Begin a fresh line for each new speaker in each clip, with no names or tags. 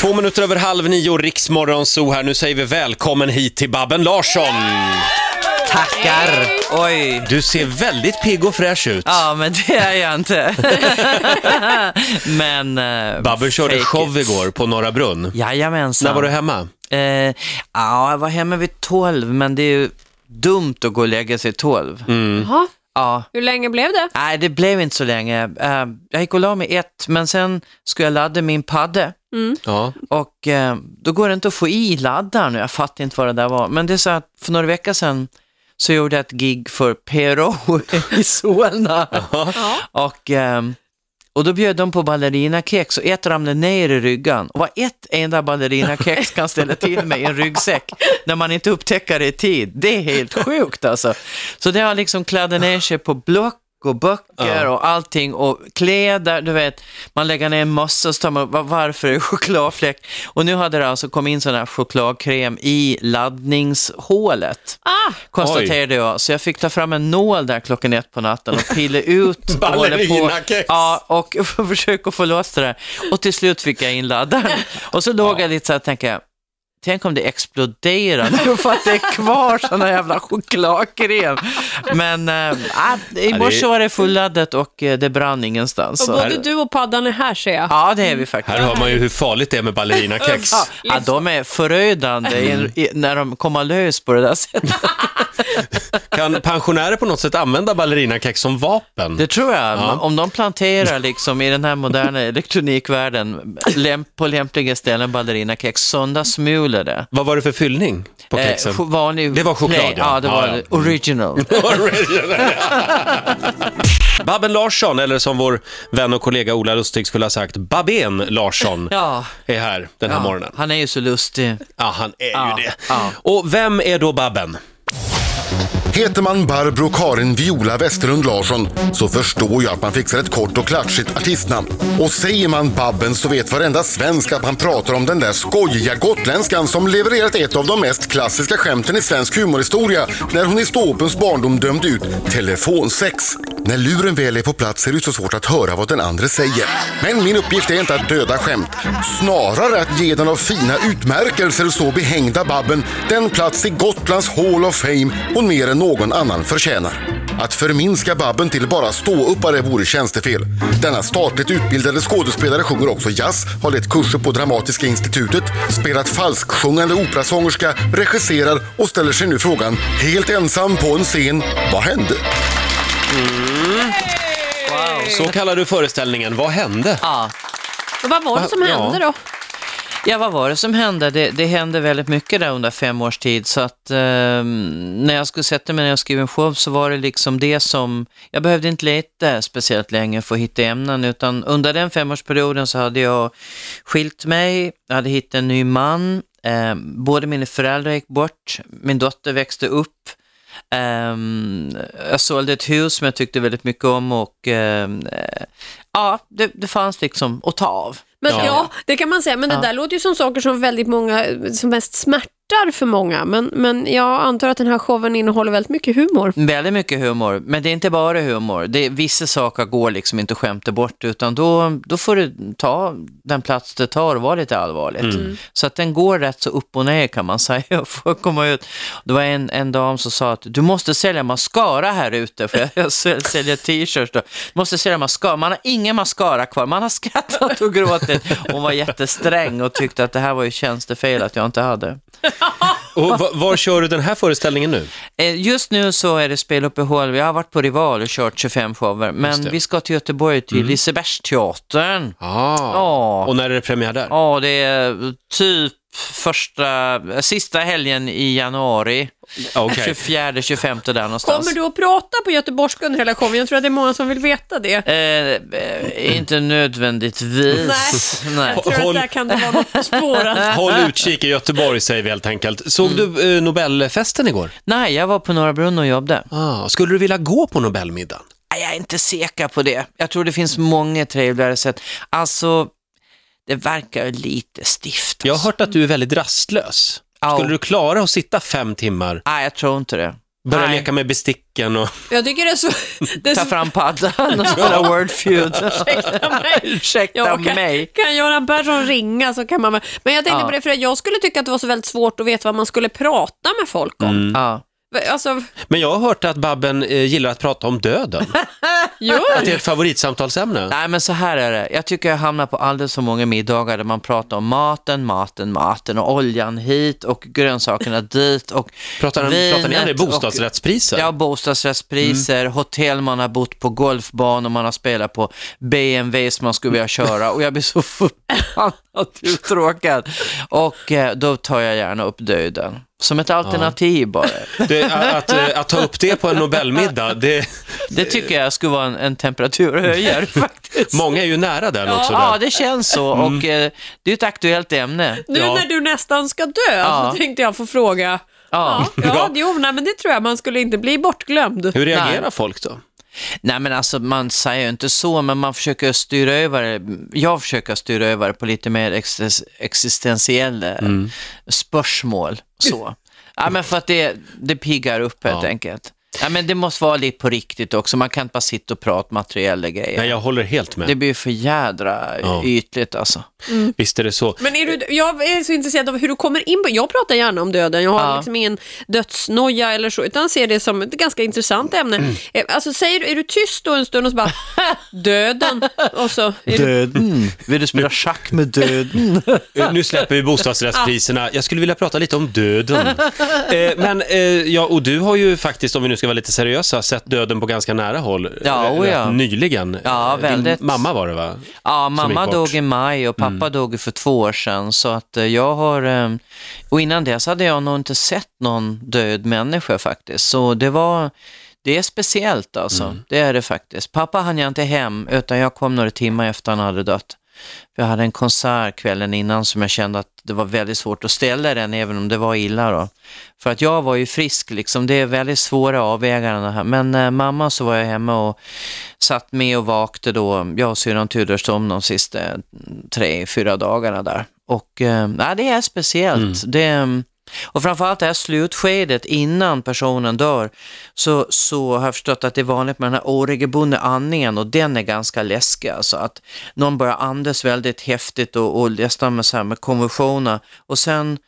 Två minuter över halv nio, Riksmorgon Zoo här. Nu säger vi välkommen hit till Babben Larsson.
Tackar! Oj.
Du ser väldigt pigg och fräsch ut.
Ja, men det är jag inte. men... eh,
Babben körde
fake
show
it.
igår på Norra Brunn.
Jajamensan.
När var du hemma?
Eh, ja, jag var hemma vid tolv, men det är ju dumt att gå och lägga sig tolv.
Mm.
Jaha,
Ja.
hur länge blev det?
Nej, det blev inte så länge. Eh, jag gick och la mig ett, men sen skulle jag ladda min padde.
Ja.
Och eh, då går det inte att få i laddaren. Jag fattar inte vad det där var. Men det är så att för några veckor sedan så gjorde jag ett gig för PRO i Solna. och, eh, och då bjöd de på ballerinakex och ett ramlade ner i ryggan. Och vad ett enda ballerinakex kan ställa till med i en ryggsäck när man inte upptäcker det i tid. Det är helt sjukt alltså. Så det har liksom kladdat ner sig på block och böcker och allting och kläder, du vet, man lägger ner en mössa och så tar man, "Va- varför är det chokladfläck? Och nu hade det alltså kommit in sån här chokladkräm i laddningshålet,
Ah,
konstaterade jag, så jag fick ta fram en nål där klockan ett på natten och pilla ut och hålla på.
Ballerinakex.
Ja, och försöka få loss det där. Och till slut fick jag in laddaren. Och så låg jag lite så här och tänkte, Tänk om det exploderar för att det är kvar såna jävla chokladkräm. Men äh, i morse var det fulladdat och eh, det brann ingenstans.
och
Så.
både du och paddan är här ser jag.
Ja, det är vi
Här
faktiskt.
hör man ju hur farligt det är med ballerinakex.
Ja, ja, de är förödande i en, i, när de kommer lös på det där sättet.
Kan pensionärer på något sätt använda ballerinakex som vapen?
Det tror jag. Om de planterar liksom i den här moderna elektronikvärlden lämp, på lämpliga ställen ballerinakex, söndagssmulor det.
Vad var det för fyllning
Eh,
på kexen?
cho- vanlig
Det var choklad,
plain-
ja.
ja. det
Ja, Mm.
var
ja.
original.
Babben Larsson, eller som vår vän och kollega Ola Lustig skulle ha sagt, Babben Larsson
Ja.
är här den här morgonen.
Han är ju så lustig.
Ja, han är
Ja,
ju det.
ja.
Och vem är då Babben?
Heter man Barbro Karin Viola Westerlund Larsson så förstår jag att man fixar ett kort och klatschigt artistnamn. Och säger man Babben så vet varenda svensk att man pratar om den där skojiga gotländskan som levererat ett av de mest klassiska skämten i svensk humorhistoria när hon i ståuppens barndom dömde ut telefonsex. När luren väl är på plats är det så svårt att höra vad den andra säger. Men min uppgift är inte att döda skämt. Snarare att ge den av fina utmärkelser så behängda Babben den plats i Gotlands Hall of Fame hon mer än någon annan förtjänar. Att förminska Babben till bara ståuppare vore tjänstefel. Denna statligt utbildade skådespelare sjunger också jazz, har lett kurser på Dramatiska institutet, spelat falsksjungande operasångerska, regisserar och ställer sig nu frågan, helt ensam på en scen, vad hände?
Så kallar du föreställningen Vad hände?
Mm. Ja.
Och vad var det som
Ja.
hände då?
ja, vad var det som hände? Det, det hände väldigt mycket där under fem års tid. Så att ehm, när jag skulle sätta mig ner och skriva en show så var det liksom det som... Jag behövde inte leta speciellt länge för att hitta ämnen, utan under den femårsperioden så hade jag skilt mig, jag hade hittat en ny man, eh, både mina föräldrar gick bort, min dotter växte upp, Ehm, jag sålde ett hus som jag tyckte väldigt mycket om och ehm, eh, ja, det, det fanns liksom att ta av.
Men
Ja.
ja. det kan man säga. Men det där låter ju som saker som väldigt många, som mest smärtar för många. Men, men jag antar att den här showen innehåller väldigt mycket humor.
Väldigt mycket humor, men det är inte bara humor. Det, vissa saker går liksom inte att skämta bort, utan då, då får du ta den plats det tar och vara lite allvarligt. Så att den går rätt så upp och ner kan man säga, för att komma ut. Det var en, en dam som sa att du måste sälja mascara här ute, för jag, jag säl- säljer t-shirts. Då. Du måste sälja mascara, man har ingen mascara kvar, man har skrattat och gråtit. Hon var jättesträng och tyckte att det här var ju tjänstefel att jag inte hade.
Och va- var kör du den här föreställningen nu?
Eh, Just nu så är det speluppehåll. Jag har varit på Rival och kört 25 shower, men vi ska till Göteborg till Lisebergsteatern. Ja.
Mm. Ah. Och när är det premiär där?
Ah. Ja, det är typ första, sista helgen i januari.
Okej.
24-25 där någonstans.
Kommer du att prata på göteborgska under hela showen? Jag tror att det är många som vill veta det.
Eh, eh, inte nödvändigtvis. Nej.
Jag tror
Håll-
att där kan det vara något spårat.
Håll utkik i Göteborg säger vi helt enkelt. Såg
Mm.
du eh, Nobelfesten igår?
Nej, jag var på Norra Brunn och jobbade.
Ah, skulle du vilja gå på Nobelmiddagen?
Nej, Jag är inte säker på det. Jag tror det finns många trevligare sätt. Alltså, det verkar lite stift.
Jag har
alltså.
hört att du är väldigt rastlös.
Ja.
Skulle du klara att sitta fem timmar?
Nej, jag tror inte det.
Börja
Nej.
leka med besticken och...
Jag tycker det är så... Det är
Ta
så
fram paddan och spela Wordfeud.
ursäkta mig.
Ursäkta
Ja, och kan,
mig.
kan Göran Persson ringa så kan man... väl- Men jag tänkte
Ja.
på det, för att jag skulle tycka att det var så väldigt svårt att veta vad man skulle prata med folk om.
Ja.
Alltså,
Men jag har hört att Babben eh, gillar att prata om döden.
gör
Att det är ett favoritsamtalsämne.
Nej, men så här är det. Jag tycker jag hamnar på alldeles för många middagar där man pratar om maten, maten, maten och oljan hit och grönsakerna dit och
Pratar,
vinet
pratar ni aldrig Mm.
och-
bostadsrättspriser?
Ja, bostadsrättspriser, hotell man har bott på, golfbanor man har spelat på, BMWs man skulle vilja köra och jag blir så förbannat uttråkad. Och eh, då tar jag gärna upp döden. Som ett alternativ bara.
Det, att, eh, att ta upp det på en Nobelmiddag, det,
Det tycker jag skulle vara en, en temperaturhöjare faktiskt.
många är ju nära den också. där. Mm.
Ja, det känns så och eh, det är ett aktuellt ämne.
Nu
Ja.
när du nästan ska dö
Ja.
så tänkte jag få fråga.
Ja.
Ja, ja, jo, nej, men det tror jag. Man skulle inte bli bortglömd.
Hur reagerar
Nej.
folk då?
Nej men alltså man säger ju inte så, men man försöker styra över det. Jag försöker styra över det på lite mer exis- existentiella
Mm.
eh, spörsmål. Så. Ja men för att det, det piggar upp helt
Ja.
enkelt. Ja men det måste vara lite på riktigt också, man kan inte bara sitta och prata materiella grejer.
Nej, jag håller helt med.
Det blir för jädra
Ja.
ytligt alltså.
Visst är det så.
Men är du, jag är så intresserad av hur du kommer in på Jag pratar gärna om döden, jag har
Ja.
liksom ingen dödsnoja eller så, utan ser det som ett ganska intressant ämne.
Mm.
Eh, Alltså, säger, du- är du tyst då en stund och så bara, döden, och så... Är du,
Döden. Mm. Vill du spela schack med döden?
Eh, Nu släpper vi bostadsrättspriserna. Jag skulle vilja prata lite om döden. Eh, Men, eh, ja, och du har ju faktiskt, om vi nu ska vara lite seriösa, sett döden på ganska nära håll.
Ja,
eh,
oh ja.
rätt Nyligen.
Ja,
Eh,
väldigt.
Din mamma var det, va?
Ja,
gick
mamma
bort. Mm.
dog i maj och pappa dog för två år sedan. Så att eh, jag har, eh, och innan dess hade jag nog inte sett någon död människa faktiskt. Så det var, det är speciellt alltså.
Mm.
Det är det faktiskt. Pappa hann jag inte hem utan jag kom några timmar efter han hade dött. För jag hade en konsert kvällen innan som jag kände att det var väldigt svårt att ställa den även om det var illa då. För att jag var ju frisk liksom, det är väldigt svåra avvägningar det här. Men eh, mamma så var jag hemma och satt med och vakte då, jag och syrran Tudors om de sista eh, tre, fyra dagarna där. Och eh, nej, det är speciellt. Det, mm, och framförallt det här slutskedet innan personen dör, så, så har jag förstått att det är vanligt med den här oregelbundna andningen och den är ganska läskig. Alltså att någon börjar andas väldigt häftigt och, och nästan med, så här med konvulsioner och sen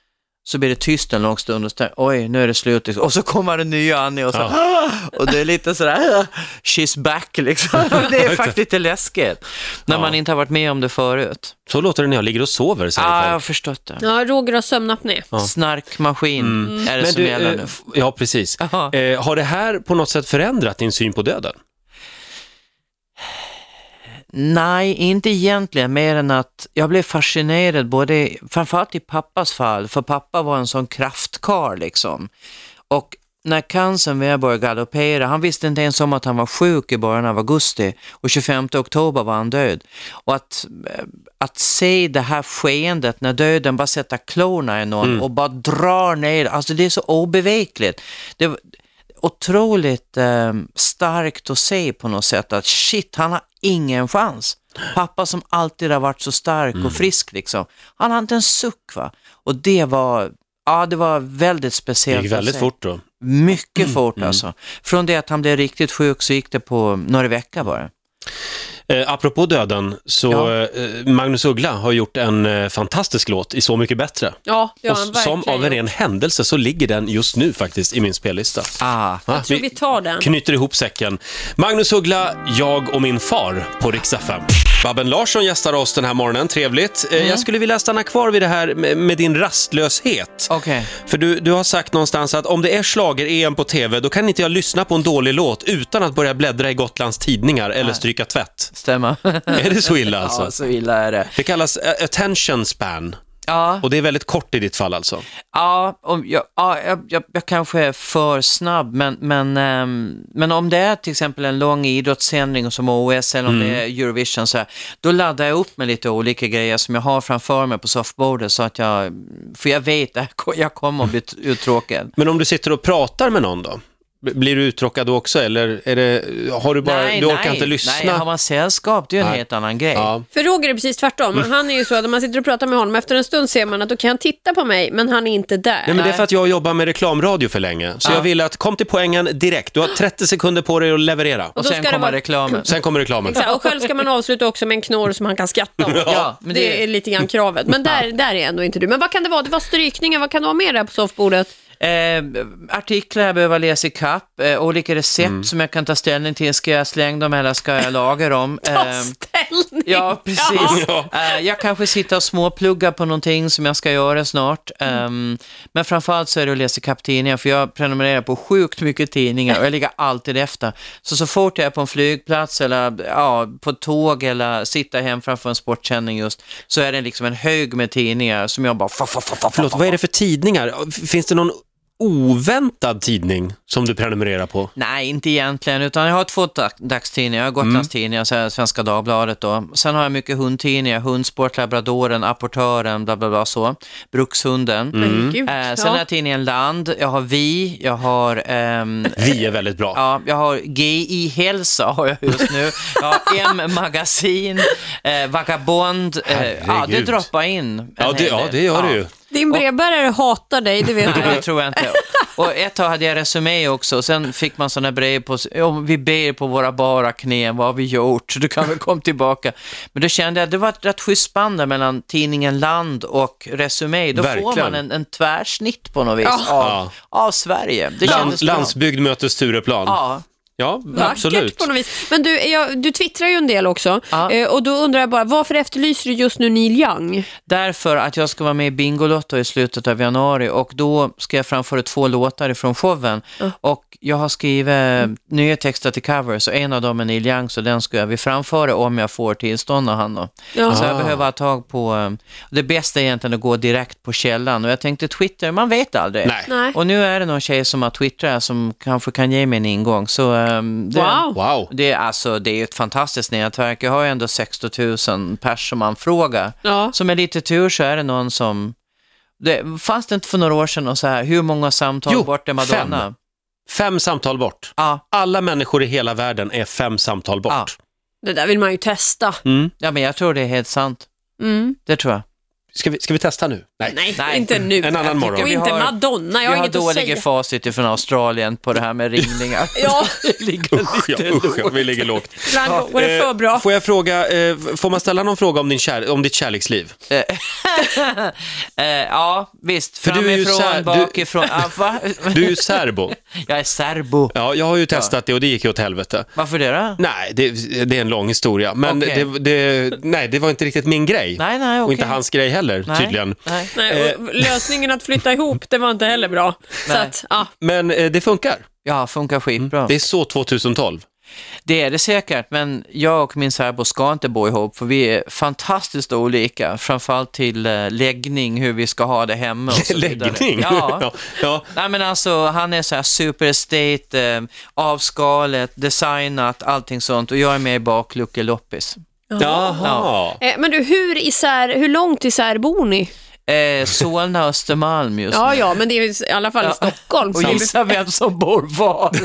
så blir det tyst en lång stund och så tänker jag, oj, nu är det slut. liksom. Och så kommer det nya andning och så, "Ah!" och det är lite sådär, she's back liksom. Det är faktiskt lite läskigt när man inte har varit med om det förut.
Så låter det när jag ligger och sover, säger
Ah,
Ja, jag har
folk.
förstått det.
ja, Roger har sömnapné.
Snarkmaskin är det
Men
som
du,
gäller
eh,
nu.
f- ja, precis.
Jaha.
Eh, har det här på något sätt förändrat din syn på döden?
Nej, inte egentligen, mer än att jag blev fascinerad, både, framförallt i pappas fall, för pappa var en sån kraftkarl liksom. Och när cancern väl började galoppera, han visste inte ens om att han var sjuk i början av augusti och 25 oktober var han död. Och att, eh, att se det här skeendet när döden bara sätter klorna i någon
Mm.
och bara drar ner, alltså det är så obevekligt. Det, var- otroligt eh, starkt att se på något sätt att shit, han har ingen chans. Pappa som alltid har varit så stark
Mm.
och frisk liksom, han hade inte en suck va. Och det var, ja det var väldigt
Det
speciellt.
gick
att
väldigt
se.
fort då.
Mycket
Mm,
fort alltså. Från det att han blev riktigt sjuk så gick det på några veckor bara.
Eh, apropå döden, så
Ja.
eh, Magnus Uggla har gjort en eh, fantastisk låt i Så mycket bättre.
Ja, det har
Och
han
som
verkligen
av en
gjort.
ren händelse så ligger den just nu faktiskt i min spellista.
Ah.
Va?
Jag tror vi tar den.
knyter ihop säcken. Magnus Uggla, jag och min far på riksdag 5. Babben Larsson gästar oss den här morgonen, trevligt. Eh,
Mm.
Jag skulle vilja stanna kvar vid det här med, med din rastlöshet.
Okej.
För du, du har sagt någonstans att om det är slager em på TV, då kan inte jag lyssna på en dålig låt utan att börja bläddra i Gotlands tidningar eller stryka tvätt.
Stämmer.
Är det så illa alltså?
ja, så illa är det.
Det kallas eh, attention span.
Ja,
Och det är väldigt kort i ditt fall alltså.
Ja, om jag, ja jag, jag, jag kanske är för snabb, men, men, ehm, men om det är till exempel en lång idrottssändning som OS eller om
Mm.
det är Eurovision, så här, då laddar jag upp med lite olika grejer som jag har framför mig på soffbordet, så att jag, för jag vet att jag kommer att bli t- uttråkad.
Men om du sitter och pratar med någon då? B- Blir du uttråkad då också eller är det, har du bara, du orkar
nej,
inte lyssna?
Nej, har man sällskap, det är ju en
Nej.
helt annan grej.
ja.
För Roger är precis tvärtom.
Mm.
Han är ju så att när man sitter och pratar med honom, efter en stund ser man att då kan han titta på mig, men han är inte där.
Nej, men det är för att jag jobbar med reklamradio för länge. Så jag vill att, kom till poängen direkt. Du har 30 sekunder på dig att leverera.
Och
då
sen
ska det
kommer
vara-
reklamen.
Sen kommer reklamen.
Exakt, och själv ska man avsluta också med en knorr som han kan skratta åt.
Ja, men
det...
det-
är lite grann kravet. Men där, där är ändå inte du. Men vad kan det vara? Det var strykningar, vad kan det vara mer där på soffbordet?
Eh, artiklar jag behöver läsa i kapp, eh, olika recept som jag kan ta ställning till. Ska jag slänga dem eller ska jag laga dem?
Ta
Eh,
ställning!
Ja, precis.
Ja.
Eh, jag kanske sitter och småpluggar på någonting som jag ska göra snart. Um, men framförallt så är det att läsa ikapp tidningar, för jag prenumererar på sjukt mycket tidningar och jag ligger alltid efter. Så så fort jag är på en flygplats eller ja, på ett tåg eller sitter hem framför en sportsändning just, så är det liksom en hög med tidningar som jag bara... fa, fa, fa, fa, fa,
Förlåt,
fa.
vad är det för tidningar? Finns det någon oväntad tidning som du prenumererar på?
Nej, inte egentligen, utan jag har två dag- dagstidningar. Jag har Gotlandstidningar, så här Svenska Dagbladet då. Sen har jag mycket hundtidningar, Hundsport, Labradoren, Apportören, bla bla bla så. Brukshunden.
Mm.
Men gud,
Eh, sen
ja.
har jag tidningen Land, jag har Vi, jag har ehm,
Vi är väldigt bra.
Ja, jag har GI Hälsa har jag just nu. Jag har M-magasin, eh, Vagabond. Eh, ja, det
Herregud.
droppar in. en
Ja, det,
hel del.
ja, det gör det ju.
Din brevbärare hatar dig, det vet
Nej,
du.
det tror jag inte. Och ett tag hade jag resumé också, och sen fick man sådana brev på om vi ber på våra bara knän, vad har vi gjort? Du kan väl komma tillbaka. Men då kände jag, det var ett rätt schysst spann där mellan tidningen Land och resumé. Då får
Verkligen.
man en, en tvärsnitt på något vis av,
Ja.
av Sverige. Det
Land,
kändes bra.
landsbygd möter Stureplan. Ja,
Ja,
absolut.
på något vis. Men du, jag, du twittrar ju en del också.
Ja.
Eh, och då undrar jag bara, varför efterlyser du just nu Neil Young?
därför att jag ska vara med i Bingolotto i slutet av januari och då ska jag framföra två låtar ifrån showen. Och jag har skrivit
Mm.
nya texter till covers och en av dem är Neil Young så den ska jag vi framföra om jag får tillstånd av han då.
Ja.
Så
Ah.
jag behöver ha tag på, eh, det bästa är egentligen att gå direkt på källan och jag tänkte Twitter, man vet aldrig.
Nej.
Nej.
Och nu är det någon tjej som har twittrat som kanske kan ge mig en ingång. Så, eh, det,
Wow.
Wow.
Det är, alltså, det är ett fantastiskt nätverk. Jag har ju ändå 60 000 pers som man frågar.
Ja.
Så med lite tur så är det någon som... Det, fanns det inte för några år sedan och så här, hur många samtal
Jo,
bort är Madonna?
fem. Fem samtal bort.
Ja,
Alla människor i hela världen är fem samtal bort.
Ja.
Det där vill man ju testa.
ja, men jag tror det är helt sant.
Mm.
Det tror jag.
Ska, vi, ska vi testa nu? Nej.
Nej,
Nej.
inte nu.
En annan morgon.
Och
Vi
inte
har-
Madonna, jag har,
Vi har
inget att
dåliga
säga.
facit ifrån Australien på det här med ringningar.
Ja.
Det ligger
Usch, ja,
lite
usch, ja,
lågt.
vi ligger lågt.
Ibland går det
Eh,
för bra.
Får jag fråga, eh, får man ställa någon fråga om, din kär, om ditt kärleksliv?
Eh, ja, visst.
För du är ju
Framifrån,
sär- du-
bakifrån. Ah, va?
Du är ju serbo.
Jag är serbo.
Ja, jag har ju testat det och det gick ju åt helvete.
Varför det då?
Nej, det, det är en lång historia. Men
Okej.
det, det, nej, det var inte riktigt min grej.
Nej, nej,
Och
okej.
inte hans grej heller,
Nej,
tydligen.
Nej.
Nej, och lösningen att flytta ihop, det var inte heller bra. Så
Eh. Nej.
att, ja.
Men eh, det funkar.
Ja, funkar skitbra.
Det är så 2012.
Det är det säkert, men jag och min särbo ska inte bo ihop för vi är fantastiskt olika, framförallt till eh, läggning, hur vi ska ha det hemma och så vidare.
Läggning.
Ja.
ja.
Nej men alltså, han är så här super estate, eh, avskalet, designat, allting sånt och jag är med i bakluckeloppis.
Jaha.
Eh, Men du, hur, isär, hur långt isär bor ni?
Eh, Solna och Östermalm just nu.
Ja, ja, men det är ju i alla fall Stockholm.
Och
så-
gissa vem som bor var.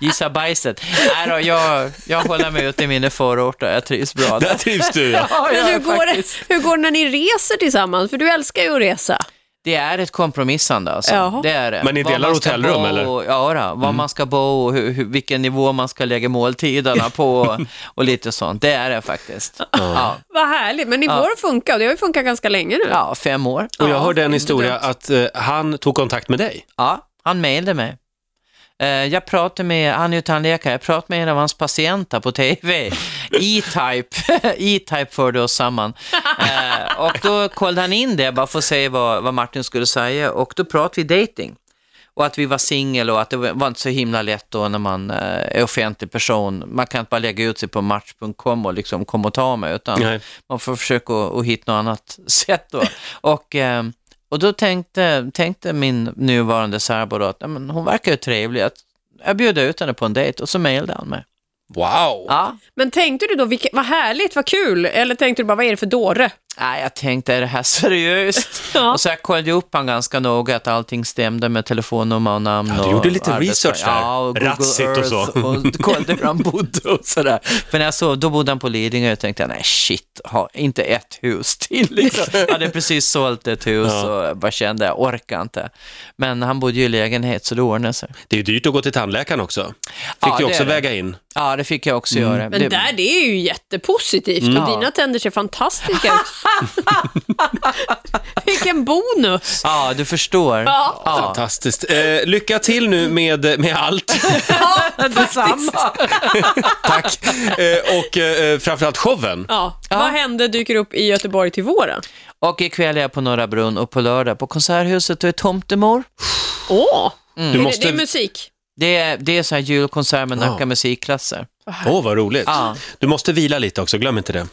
gissa bajset. Nej då, jag, jag håller mig ute i mina förorter, jag trivs bra där.
Där trivs du, ja.
Ja,
Men
jag
hur,
är
går det,
faktiskt-
hur går det när ni reser tillsammans? För du älskar ju att resa.
Det är ett kompromissande alltså.
Jaha.
Det är det.
Men ni
Var
delar
man ska
hotellrum,
bo
eller? Mm.
Och, ja, då, var man ska bo och hur, hur, vilken nivå man ska lägga måltiderna på och, och lite sånt. Det är det faktiskt. Ja,
Vad härligt, men ni får att funka och det har ju funkat ganska länge nu.
ja fem år.
Och jag
Ja,
hörde en
inte
historia att eh, han tog kontakt med dig.
Ja, han mejlade mig. Eh, Jag pratade med, han är ju tandläkare, jag pratade med en av hans patienter på TV. E-Type, E-Type förde oss samman. Eh, Och då kollade han in det bara för att se vad, vad Martin skulle säga och då pratade vi dating. Och att vi var singel och att det var inte så himla lätt då när man eh, är offentlig person. Man kan inte bara lägga ut sig på match.com och liksom kom och ta mig, utan
Nej.
man får försöka att, att hitta något annat sätt då. Och, eh, och då tänkte, tänkte min nuvarande särbo då att "Ja, men hon verkar ju trevlig, att jag bjöd ut henne på en dejt och så mejlade han mig.
Wow.
Ja,
Men tänkte du då, vilket, vad härligt, vad kul, eller tänkte du bara, vad är det för dåre?
Nej, jag tänkte, är det här seriöst?
Ja.
Och så jag kollade upp han ganska noga, att allting stämde med telefonnummer och namn.
Ja, du
och
gjorde lite
arbetsplats.
research där.
Ja, och
Razzigt
Google
och så.
Earth Och kollade hur han bodde och sådär. För när jag såg, då bodde han på Lidingö och tänkte, jag, nej shit, ha, inte ett hus till. Liksom. Jag hade precis sålt ett hus och jag bara kände, jag orkar inte. Men han bodde ju i lägenhet, så det ordnade sig.
Det är ju dyrt att gå till tandläkaren också. Fick
Ja,
du
det
också
är det.
väga in?
Ja, det fick jag också
Mm.
göra.
Men
det,
där, det är ju jättepositivt och
Ja.
dina tänder ser fantastiska ut. Vilken bonus!
Ja, du förstår.
Ja.
Fantastiskt. Eh, lycka till nu med, med allt.
detsamma.
Tack. Eh, och eh, framförallt showen.
Ja. Vad hände dyker upp i Göteborg till våren?
Och ikväll är jag på Norra Brunn och på lördag på Konserthuset och är tomtemor.
Åh,
Du
är
måste...
det, det är musik.
Det är, det är så här julkonsert med Nacka
Ja.
musikklasser.
Åh, vad roligt.
Ja.
Du måste vila lite också, glöm inte det.